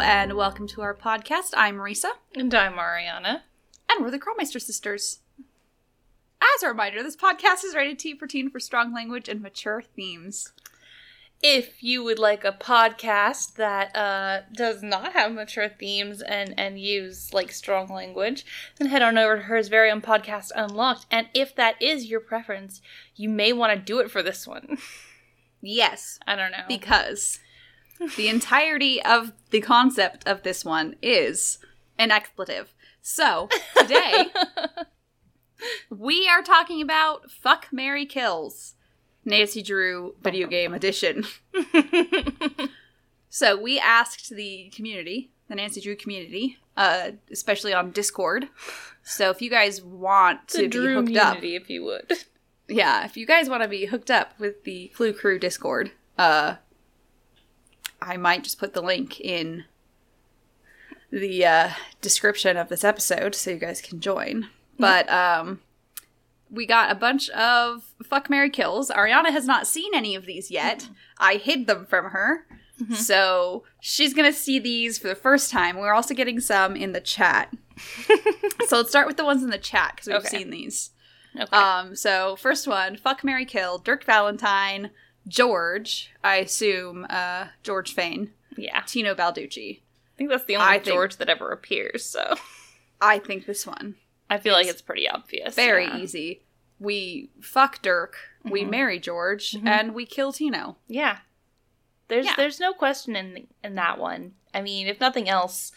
and welcome to our podcast. I'm Marisa, And I'm Ariana. and we're the Crawlmeister sisters. As a reminder, this podcast is rated T for teen for strong language and mature themes. If you would like a podcast that uh, does not have mature themes and, and use like strong language, then head on over to hers very own podcast Unlocked. And if that is your preference, you may want to do it for this one. Yes, I don't know. because the entirety of the concept of this one is an expletive. So today we are talking about Fuck Mary Kills, Nancy Drew video Oh. game edition. so we asked the community, the Nancy Drew community, uh, especially on Discord. So if you guys want to the be Drew hooked up, community, if you would. yeah, if you guys want to be hooked up with the Clue Crew Discord, uh, I might just put the link in the uh, description of this episode so you guys can join. But um, we got a bunch of fuck Mary kills. Ariana has not seen any of these yet. I hid them from her. So she's going to see these for the first time. We're also getting some in the chat. so let's start with the ones in the chat because we've Okay. seen these. Okay. Um, so first one, fuck Mary Kill, Dirk Valentine, George, I assume uh George Fane, yeah. Tino Balducci. I think that's the I only think- George that ever appears, so I think this one. I feel like it's pretty obvious. Very yeah. easy. We fuck Dirk, we Mhm. marry George, Mhm. and we kill Tino. Yeah. There's Yeah. there's no question in in that one. I mean, if nothing else,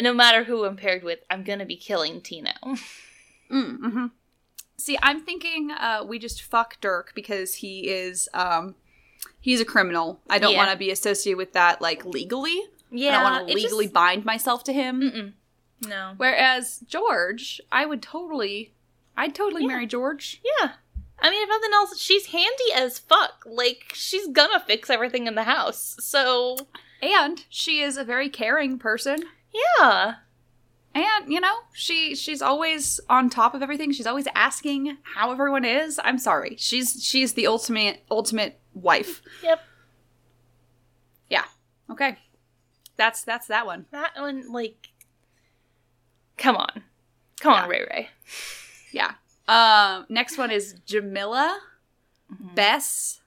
no matter who I'm paired with, I'm gonna be killing Tino. Mm, mm-hmm. hmm See, I'm thinking uh, we just fuck Dirk because he is um, he's a criminal. I don't Yeah. want to be associated with that like legally. I don't want to it legally just- bind myself to him. Mm-mm. no. Whereas George, I would totally, I'd totally Yeah. marry George. Yeah. I mean, if nothing else, she's handy as fuck. Like she's gonna fix everything in the house. So And she is a very caring person. yeah, And you know, she she's always on top of everything. She's always asking how everyone is. I'm sorry, she's she's the ultimate ultimate wife. Yep. Yeah. Okay. That's that's that one. that one like, come on, come Yeah. on, Ray Ray. Yeah. Um. Next one is Jamila, Mm-hmm. Bess,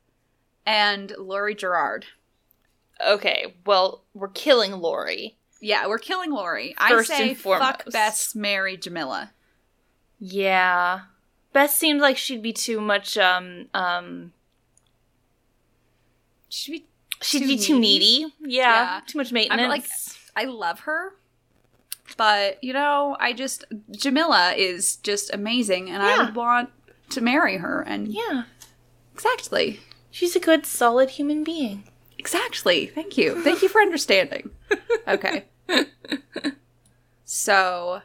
and Lori Gerard. Okay, well we're killing Lori. Yeah, we're killing Lori. First I say and foremost. fuck Bess, marry Jamila. Yeah. Beth seemed like she'd be too much um um Should we? she'd Too be too needy. Yeah. Yeah. Too much maintenance. like- I love her, but you know, I just Jamila is just amazing, and I Yeah. would want to marry her. And yeah. exactly, She's a good solid human being. exactly. Thank you, thank you for understanding. Okay. So,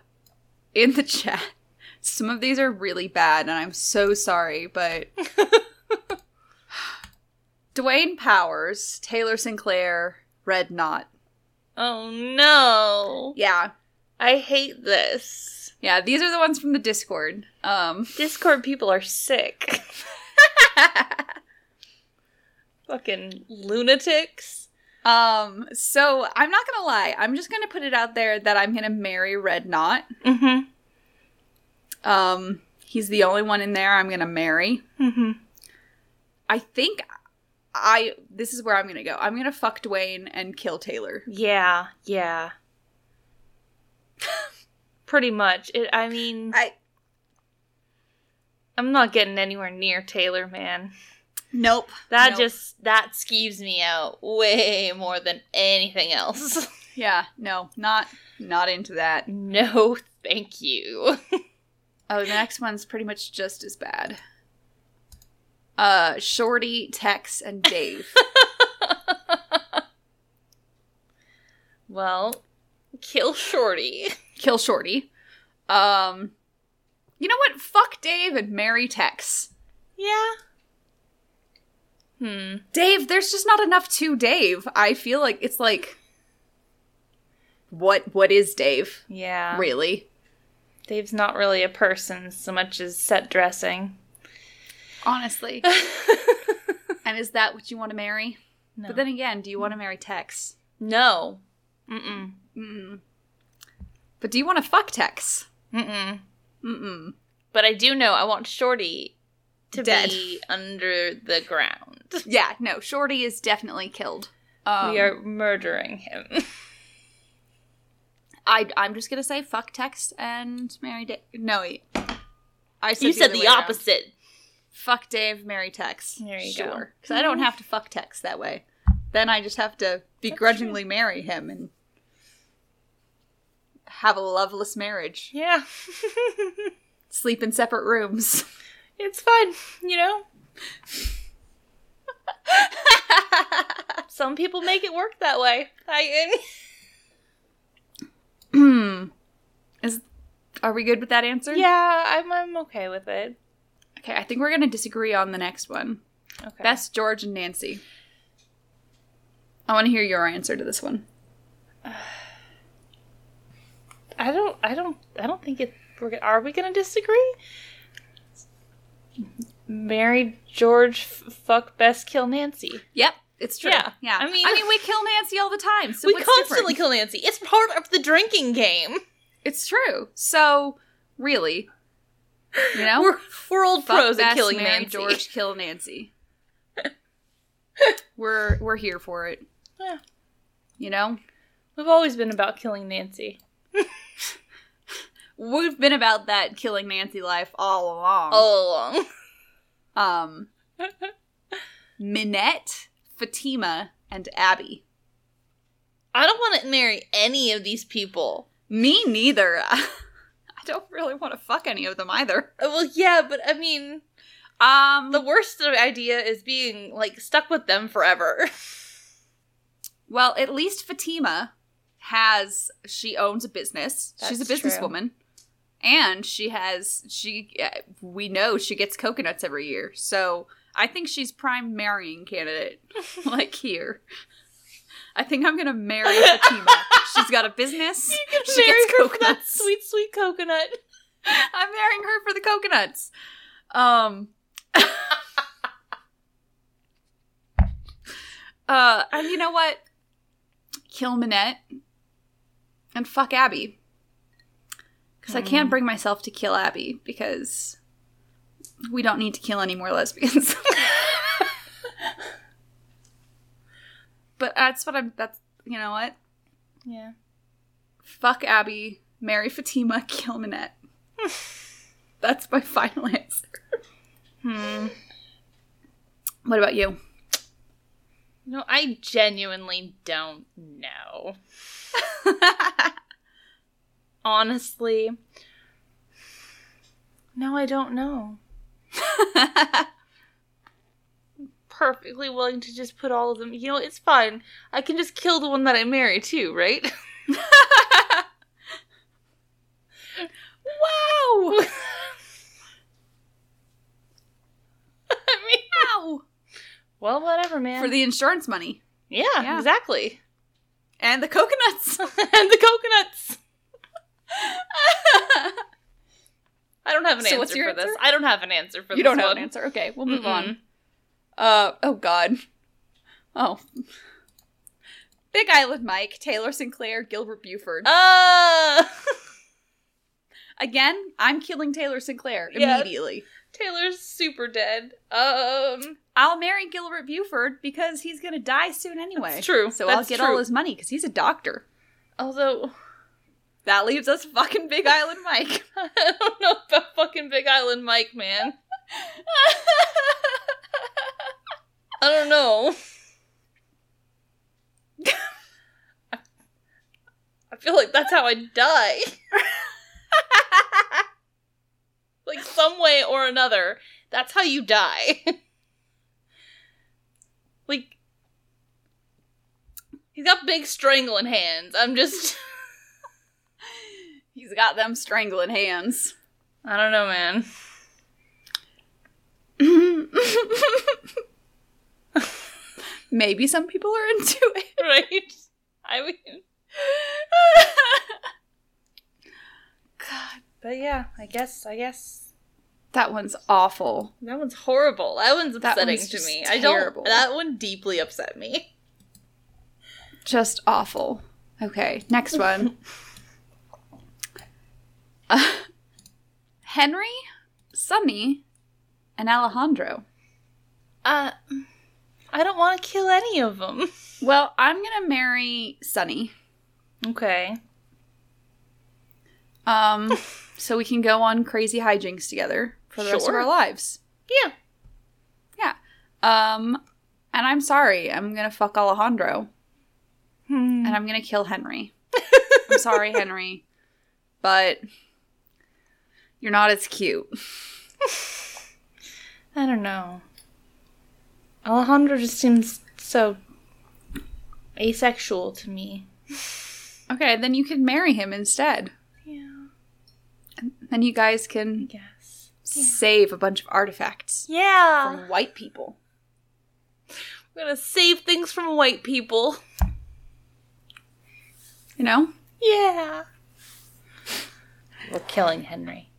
in the chat, some of these are really bad, and I'm so sorry, but. Dwayne Powers, Taylor Sinclair, Red Knot. Oh no. Yeah. I hate this. Yeah, these are the ones from the Discord. Um Discord people are sick. Fucking lunatics. um so I'm not going to lie. I'm just going to put it out there that I'm going to marry Red Knot. Mm-hmm. Um he's the only one in there I'm going to marry. Mm-hmm. I think I this is where I'm going to go. I'm going to fuck Dwayne and kill Taylor. Yeah, yeah. Pretty much. It I mean I I'm not getting anywhere near Taylor, man. nope. That Nope. just that skeeves me out way more than anything else. Yeah, no. Not not into that. no, thank you. Oh, the next one's pretty much just as bad. Uh, Shorty, Tex, and Dave. Well, kill Shorty. Kill Shorty. Um, you know what? Fuck Dave and marry Tex. Yeah. Hmm. Dave, there's just not enough to Dave. I feel like it's like, what? What is Dave Yeah. really? Dave's not really a person so much as set dressing. Honestly, and is that what you want to marry? no. But then again, do you want to marry Tex? no. Mm-mm. Mm. But do you want to fuck Tex? Mm-mm. Mm-mm. But I do know I want Shorty to Dead. be under the ground. Yeah, no, Shorty is definitely killed. Um, we are murdering him. I, I'm just gonna say fuck Tex and marry Dave. No, wait. I said you said other the way around. opposite. Fuck Dave, marry Tex. There you go. Mm-hmm. sure. Because I don't have to fuck Tex that way. Then I just have to begrudgingly marry him and have a loveless marriage. Yeah. Sleep in separate rooms. it's fun, you know? Some people make it work that way. I Hmm. Is are we good with that answer? Yeah, I'm I'm okay with it. Okay, I think we're gonna disagree on the next one. Okay. That's George and Nancy. I want to hear your answer to this one. I don't I don't I don't think it we're gonna, are we going to disagree? Marry George f- fuck best kill Nancy. Yep, it's true. Yeah, yeah. I mean- I mean, we kill Nancy all the time, so we what's constantly different? kill Nancy. It's part of the drinking game. It's true. So, really, you know, We're, we're old Fuck pros at Bess, killing marry Nancy. George, kill Nancy. we're we're here for it. Yeah. You know, We've always been about killing Nancy. we've been about that killing Nancy life all along. All along. Um, Minette, Fatima, and Abby. I don't want to marry any of these people. Me neither. I don't really want to fuck any of them either. Uh, Well, yeah, but I mean, Um, the worst idea is being like stuck with them forever. well, at least Fatima has she owns a business. She's a That's true. businesswoman. And she has she uh, we know she gets coconuts every year. So, I think she's prime marrying candidate like here. I think I'm going to marry Fatima. She's got a business. She marry gets her for that coconuts. sweet, sweet coconut. I'm marrying her for the coconuts. Um. uh, and you know what? Kill Minette and fuck Abby. Because I can't bring myself to kill Abby because we don't need to kill any more lesbians. but that's what I'm. That's you know what? Yeah. Fuck Abby, marry Fatima, kill Minette. That's my final answer. Hmm. What about you? No, I genuinely don't know. Honestly. No, I don't know. Perfectly willing to just put all of them. You know, it's fine. I can just kill the one that I marry too, right? wow! I mean, Wow! well, whatever, man. For the insurance money yeah, Yeah. exactly. and the coconuts. and the coconuts. I don't have an So answer what's your for this. answer? I don't have an answer for this. you don't have one. an answer. Okay, we'll move on. Mm-mm. Uh oh God. Oh. Big Island Mike, Taylor Sinclair, Gilbert Buford. Uh, Again, I'm killing Taylor Sinclair Yes. immediately. Taylor's super dead. Um, I'll marry Gilbert Buford because he's gonna die soon anyway. That's true. So I'll That's get true. all his money because he's a doctor. although That leaves us fucking Big Island Mike. I don't know about fucking Big Island Mike, man. I don't know. I feel like that's how I die. like some way or another, that's how you die. like he's got big strangling hands. I'm just He's got them strangling hands. I don't know, man. Maybe some people are into it. Right? I mean, God, but yeah, I guess I guess that one's awful. That one's horrible. That one's That upsetting one's to just me. I terrible. don't. That one deeply upset me. Just awful. Okay, next one. Uh, Henry, Sonny, and Alejandro. Uh, I don't want to kill any of them. Well, I'm gonna marry Sonny. Okay. Um, so we can go on crazy hijinks together for the rest of Sure. our lives. Yeah. Um, and I'm sorry, I'm gonna fuck Alejandro, Hmm. and I'm gonna kill Henry. I'm sorry, Henry, but you're not as cute. I don't know. Alejandro just seems so asexual to me. Okay, then you can marry him instead. Yeah. Then you guys can Yes. save a bunch of artifacts Yeah. from white people. We're gonna save things from white people. You know, Yeah. We're killing Henry.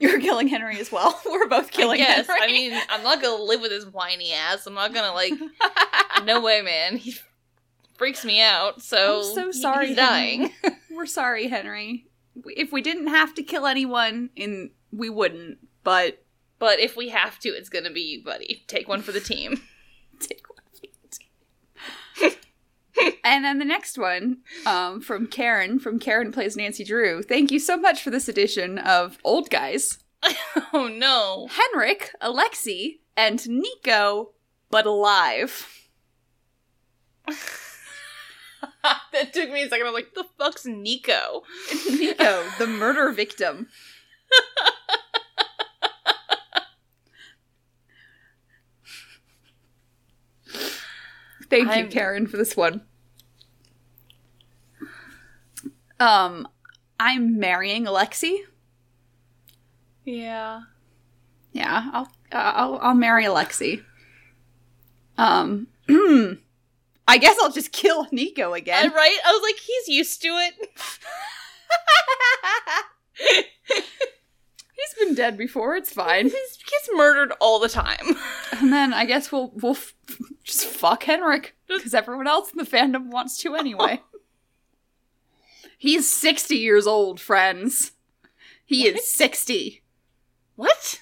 you're killing Henry as well. We're both killing yes, Henry. I mean, I'm not gonna live with his whiny ass. I'm not gonna like. no way, man. He freaks me out. So I'm so he- sorry, He's Henry. dying. We're sorry, Henry. We- If we didn't have to kill anyone, in we wouldn't. But But if we have to, it's gonna be you, buddy. Take one for the team. take one. and then the next one um, from Karen. From Karen plays Nancy Drew. Thank you so much for this edition of Old Guys. oh no. Henrik, Alexi, and Nico, but alive. that took me a second. I was like, the fuck's Nico? Nico, the murder victim. Thank I'm- you, Karen, for this one. Um, I'm marrying Alexi. Yeah. Yeah, I'll I'll, I'll marry Alexi. Um, I guess I'll just kill Nico again. And right? I was like, he's used to it. He's been dead before. It's fine. he's, he's murdered all the time. And then I guess we'll we'll f- just fuck Henrik because everyone else in the fandom wants to anyway. He's sixty years old, friends. He is What? sixty. What?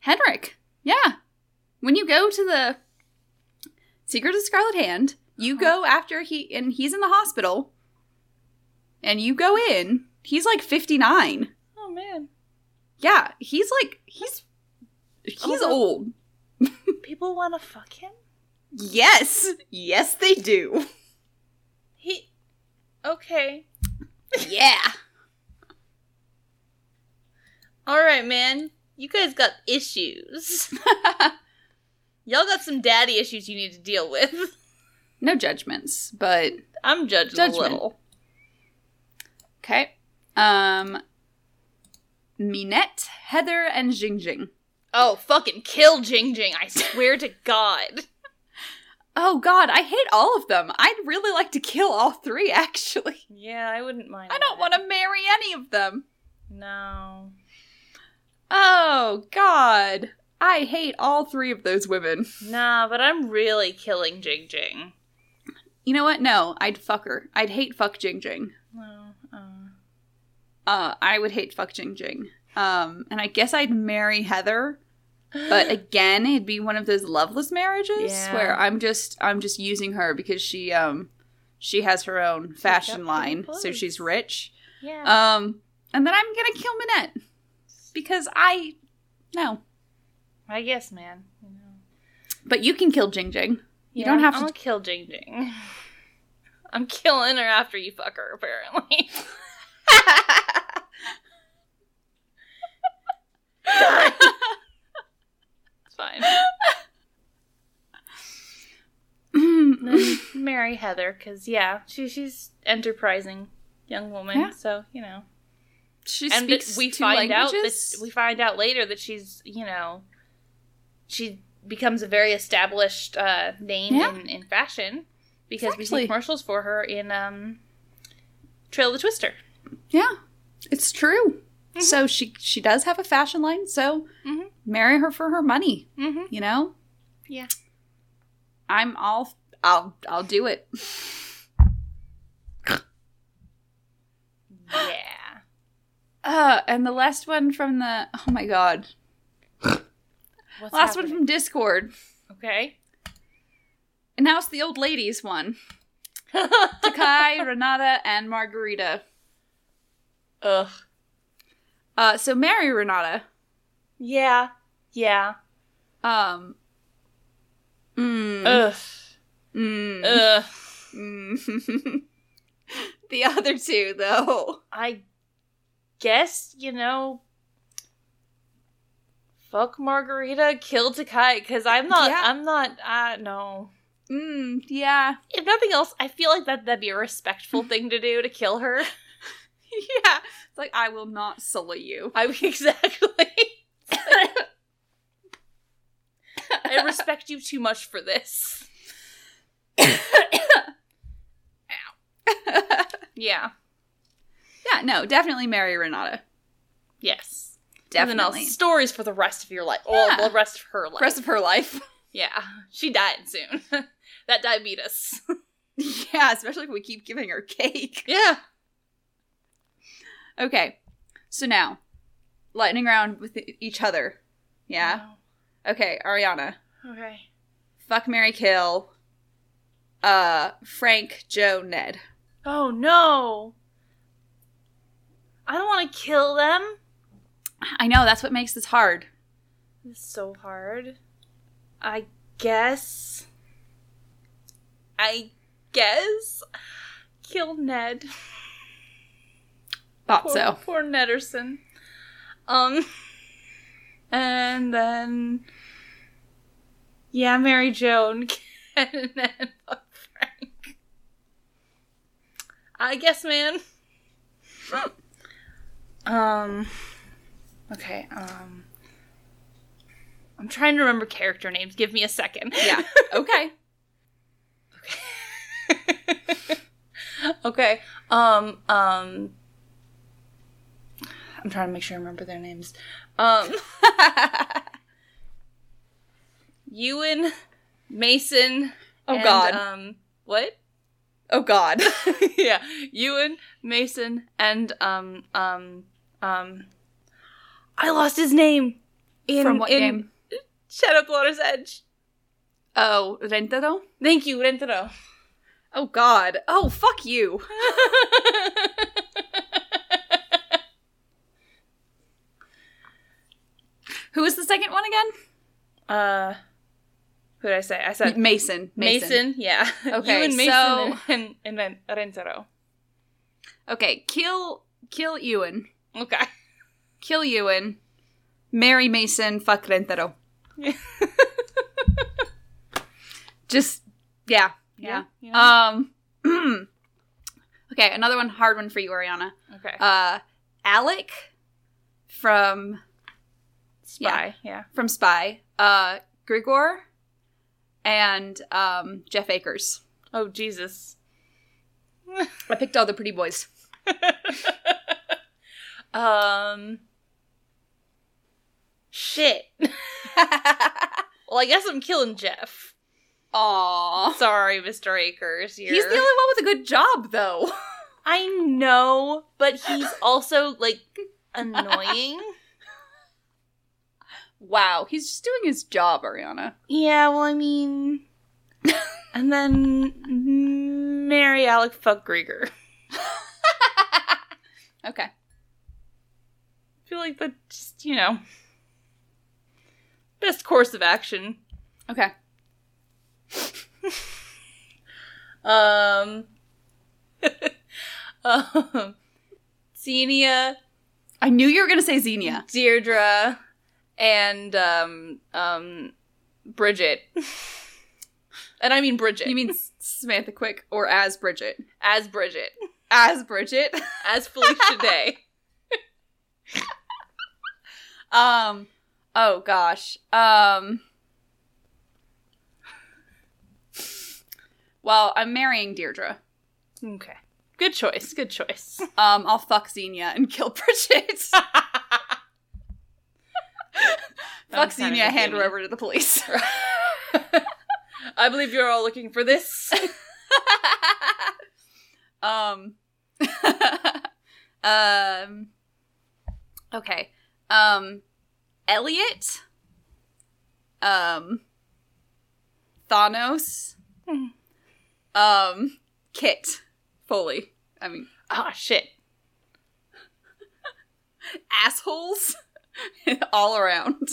Henrik, yeah. When you go to the Secret of Scarlet Hand, you go after he and he's in the hospital, and you go in. He's like fifty nine. Oh man. Yeah, he's like he's he's Over- old. People want to fuck him? Yes, yes, they do. He. Okay. Yeah. All right, man. You guys got issues. Y'all got some daddy issues you need to deal with. No judgments, but I'm judging a Judgment. little. okay. Um Minette, Heather, and Jingjing. Oh, fucking kill Jing Jing. I swear to God. Oh god, I hate all of them. I'd really like to kill all three, actually. Yeah, I wouldn't mind. I don't want to marry any of them. No. Oh god. I hate all three of those women. Nah, but I'm really killing Jing Jing. You know what? No, I'd fuck her. I'd hate fuck Jingjing. No. Uh, Uh, I would hate fuck Jingjing. Um, and I guess I'd marry Heather. but again it'd be one of those loveless marriages Yeah. where i'm just i'm just using her because she um she has her own fashion got line pretty so clothes. she's rich yeah. um and then i'm gonna kill minette because i no I guess, man. You know. but you can kill jing jing You don't have I'm to- gonna kill Jing Jing. I'm killing her after you fuck her, apparently. It's fine. And Mm-hmm. then marry Heather, because yeah, she she's enterprising young woman. Yeah. So you know, she and speaks we two find languages out that we find out later that she's you know, she becomes a very established uh, name Yeah. in, in fashion because we Exactly. see commercials for her in um, Trail of the Twister. yeah it's true Mm-hmm. so she she does have a fashion line so Mhm. marry her for her money Mm-hmm. you know Yeah. i'm all i'll i'll do it yeah. Uh, and the last one from the oh my god, What's last happening? one from Discord. Okay. And now it's the old ladies one. Takai, Renata, and Margarita. Ugh. Uh, so marry Renata. Yeah. Yeah. Um. Mm, Ugh. mm, Ugh. mm. the other two, though. I guess, you know, fuck Margarita, kill Takai, because I'm not, Yeah. I'm not, I no. Mm, yeah. If nothing else, I feel like that, that'd be a respectful thing to do to kill her. Yeah. It's like, I will not sully you. I exactly. I respect you too much for this. yeah, Yeah. no, definitely marry Renata. Yes. And then I'll Definitely. stories for the rest of your life. Yeah. Or the rest of her life. Rest of her life. yeah. She dying soon. that diabetes. yeah, especially if we keep giving her cake. Yeah. Okay. So now, lightning round with e- each other. Yeah. Okay, Ariana. Oh, Okay. Fuck Mary Kill. Uh Frank, Joe, Ned. Oh no. I don't want to kill them. I know that's what makes this hard. It's so hard. I guess. I guess. Kill Ned. Thought Poor, so. poor Nederson. Um. And then. Yeah, Mary Joan. And then fuck Frank. I guess, man. um. Okay, um. I'm trying to remember character names. Give me a second. Yeah. Okay. okay. Um. Um. I'm trying to make sure I remember their names. Um. Ewan, Mason. Oh, and, God. Um. What? oh god. yeah. Ewan, Mason, and um. Um. Um. I lost his name. In, From what in game? Shadow Blotter's Edge. Oh, Rentero? Thank you, Rentaro. Oh god. Oh fuck you. Who was the second one again? uh. Who did I say? I said Mason. Mason. yeah. Okay, you and Mason so- and, and then Rentaro. Okay, kill kill Ewan. Okay. Kill Ewan. Marry Mason, fuck Rentero. Yeah. Just yeah. Yeah. Um Okay, another one hard one for you, Ariana. okay. Uh Alec from Spy. Yeah. from Spy. Uh Grigor and um Jeff Akers. Oh Jesus. I picked all the pretty boys. um. Shit. Well, I guess I'm killing Jeff. Oh. Aw. Sorry, Mr. Akers. You're... He's the only one with a good job though. I know, but he's also like annoying. Wow, he's just doing his job, Ariana. Yeah, well, I mean, and then Mary Alec fuck Grieger. I Okay. feel like that just you know best course of action. Okay. Um, um Xenia, I knew you were gonna say Xenia. Deirdre, and um um Bridget, and I mean Bridget. You mean S- Samantha Quick or as Bridget? as Bridget, As Bridget. as Felicia Day. Um. Oh gosh. Um. Well, I'm marrying Deirdre. Okay, good choice. Good choice. Um, I'll fuck Xenia and kill Bridget. fuck Sounds kinda Xenia, hand her redeeming. over to the police. I believe you're all looking for this. um. Um, okay. Um, Elliot. Um, Thanos. Hmm. Um, Kit Foley. I mean, Ah, shit. assholes all around.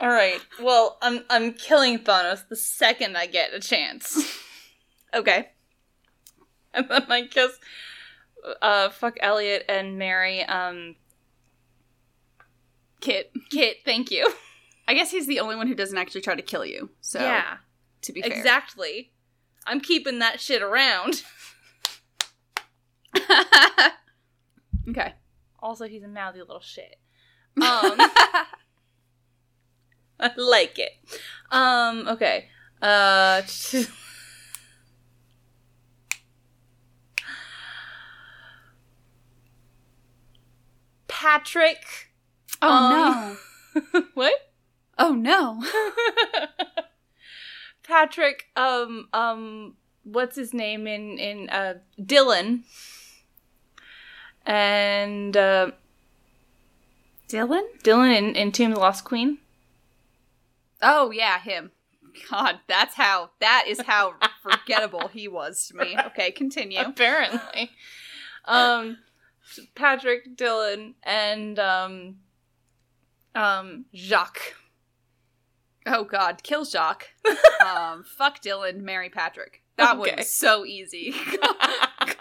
All right. Well, I'm I'm killing Thanos the second I get a chance, Okay. and then I guess, uh, fuck Elliot and Mary. Um, Kit. Kit, thank you. I guess he's the only one who doesn't actually try to kill you. So, to be fair. exactly. I'm keeping that shit around. okay. Also, he's a mouthy little shit. Um, I like it. Um, okay. Uh, Patrick. Oh Um, no. What? Oh no. Patrick. Um. Um. What's his name in in uh Dylan? And uh, Dylan? Dylan in, in Tomb of the Lost Queen. Oh yeah, him. God, that's how that is how forgettable he was to me. Okay, continue. Apparently. Um, Patrick, Dylan, and um, um, Jacques. Oh god, kill Jacques. Um fuck Dylan, marry Patrick. That one Okay. was so easy. That's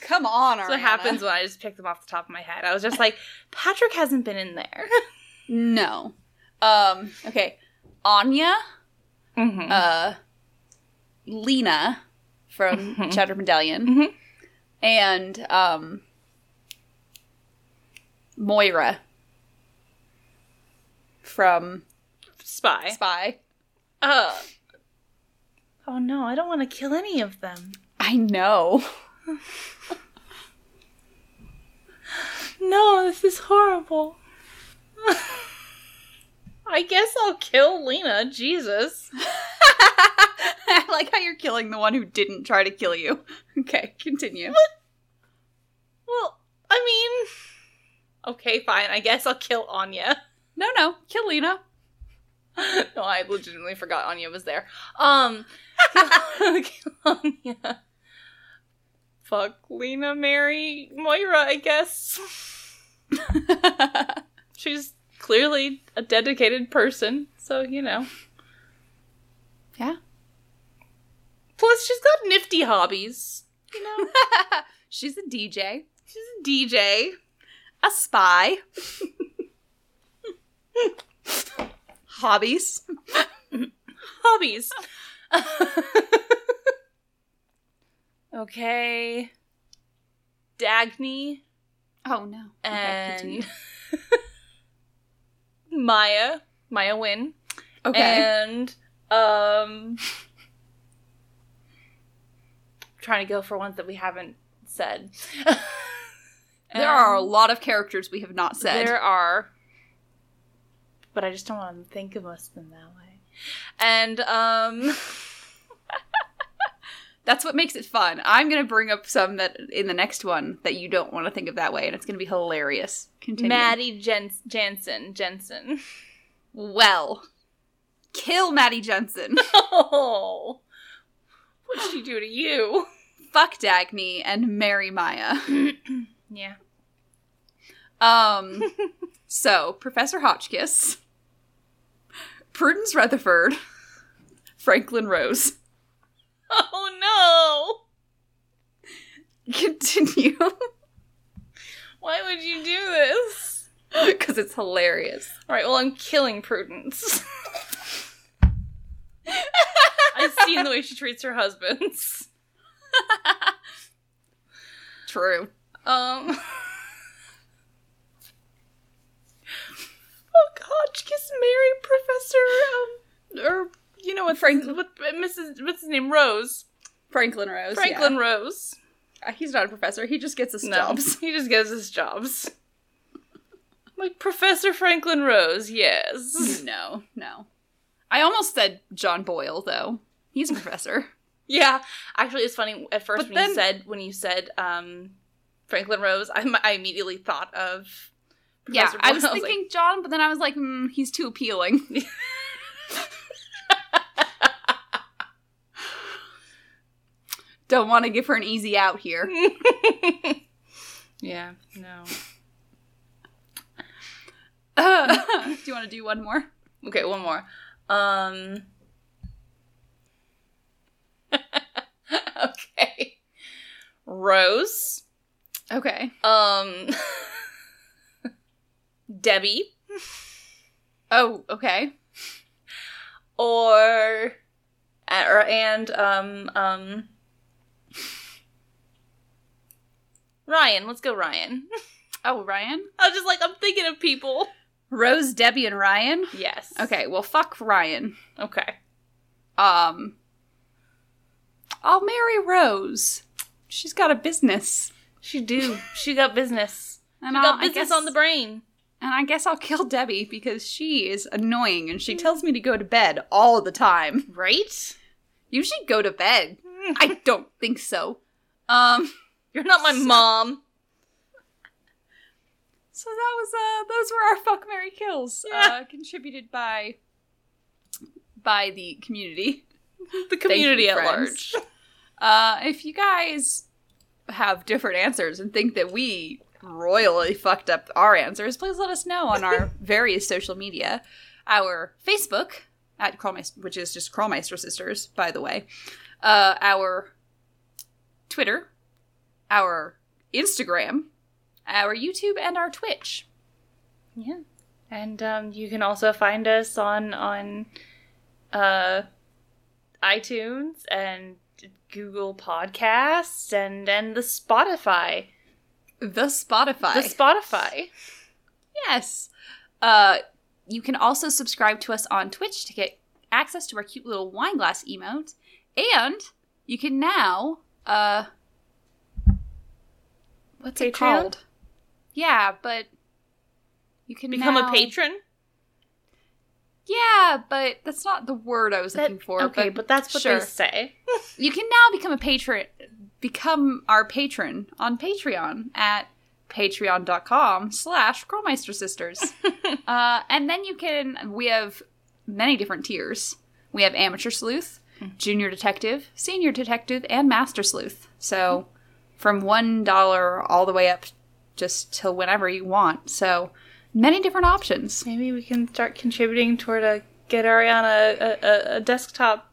Come on, what Ariana. happens when I just pick them off the top of my head. I was just like, Patrick hasn't been in there. No. Um okay. Anya, Mm-hmm. uh Lena from Mhm. Cheddar Medallion Mhm. and um Moira from Spy. Spy. Uh, oh no, I don't want to kill any of them. I know. No, this is horrible. I guess I'll kill Lena. Jesus. I like how you're killing the one who didn't try to kill you. Okay, continue. Well, I mean, okay, fine. I guess I'll kill Anya. No, no, kill Lena. no, I legitimately forgot Anya was there. Um, kill Anya. Fuck Lena, Mary, Moira. I guess she's clearly a dedicated person, so you know. Yeah. Plus, she's got nifty hobbies. You know, She's a DJ, she's a DJ. a spy. Hobbies. hobbies. okay. Dagny Oh no. and Maya, Maya Win, okay. and um trying to go for ones that we haven't said. there are a Um, lot of characters we have not said. There are. But I just don't want to think of us in that way. And um That's what makes it fun. I'm gonna bring up some that in the next one that you don't want to think of that way, and it's gonna be hilarious. Continue. Maddie Jens- Jansen. Jensen. Well, kill Maddie Jensen. Oh. What did she do to you? Fuck Dagny and marry Maya. Yeah. Um, so Professor Hotchkiss, Prudence Rutherford, Franklin Rose. Oh Continue no! Why would you do this? because it's hilarious. Alright, well, I'm killing Prudence. I've seen the way she treats her husbands. True. Um. Oh God, she gets married, Professor. Um, or you know what, Franklin. what, Mrs. What's his name? Rose. Franklin Rose. Franklin Rose. yeah. Uh, He's not a professor. He just gets his No, jobs. he just gives us jobs. Like Professor Franklin Rose. Hmm. Yes. no, no. I almost said John Boyle though. He's a professor. yeah. Actually, it's funny. At first, But when then- you said when you said um, Franklin Rose, I, I immediately thought of. Yeah, Professor I was Brown, like, thinking John, but then I was like, mm, he's too appealing. Don't want to give her an easy out here. yeah, no. do you want to do one more? Okay, one more. Um. okay. Rose. Okay. Um. Debbie. Oh, okay. Or. a- Or and um um. Ryan, let's go, Ryan. Oh, Ryan? I was just like, I'm thinking of people. Rose, Debbie, and Ryan? Yes. Okay, well, fuck Ryan. Okay. Um, I'll marry Rose. She's got a business. She do. She got business. And She got I'll- I business guess- on the brain. And I guess I'll kill Debbie because she is annoying and she tells me to go to bed all the time. Right? You should go to bed. I don't think so. Um Mm. You're not my mom. so that was uh those were our fuck Mary Kills. Uh contributed by by the community. The Thank you, community at friends. large. Uh if you guys have different answers and think that we royally fucked up our answers, please let us know on our various social media. Our Facebook at Crawlmeister, which is just Crawlmeister Sisters, by the way. Uh, our Twitter, our Instagram, our YouTube, and our Twitch. Yeah. And um, you can also find us on on uh, iTunes and Google Podcasts and and the Spotify. The Spotify. The Spotify. yes. Uh, you can also subscribe to us on Twitch to get access to our cute little wine glass emote. And you can now, uh, what's it Patreon? called? Yeah, but you can Become now- a patron. Yeah, but that's not the word I was That- looking for. okay, but, that's what sure. they say. You can now become a patron, become our patron on Patreon at patreon.com slash Girlmeister Sisters. uh, and then you can, we have many different tiers. We have Amateur Sleuth, Hmm. Junior Detective, Senior Detective, and Master Sleuth. So from $1 all the way up just till whenever you want. So many different options. Maybe we can start contributing toward a get Ariana a, a, a desktop,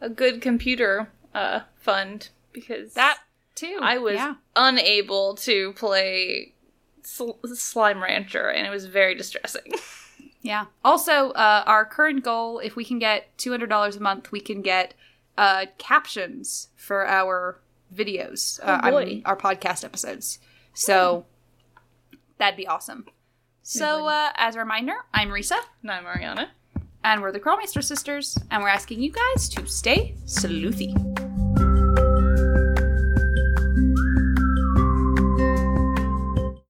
a good computer uh, fund because That too. I was yeah. unable to play Sl- Slime Rancher, and it was very distressing. Yeah. Also, uh, our current goal, if we can get two hundred dollars a month, we can get uh, captions for our videos, uh, Oh, boy. I mean, our podcast episodes. So that'd be awesome. So, uh, as a reminder, I'm Risa, and I'm Ariana. and we're the Crawlmeister Sisters, and we're asking you guys to stay sleuthy.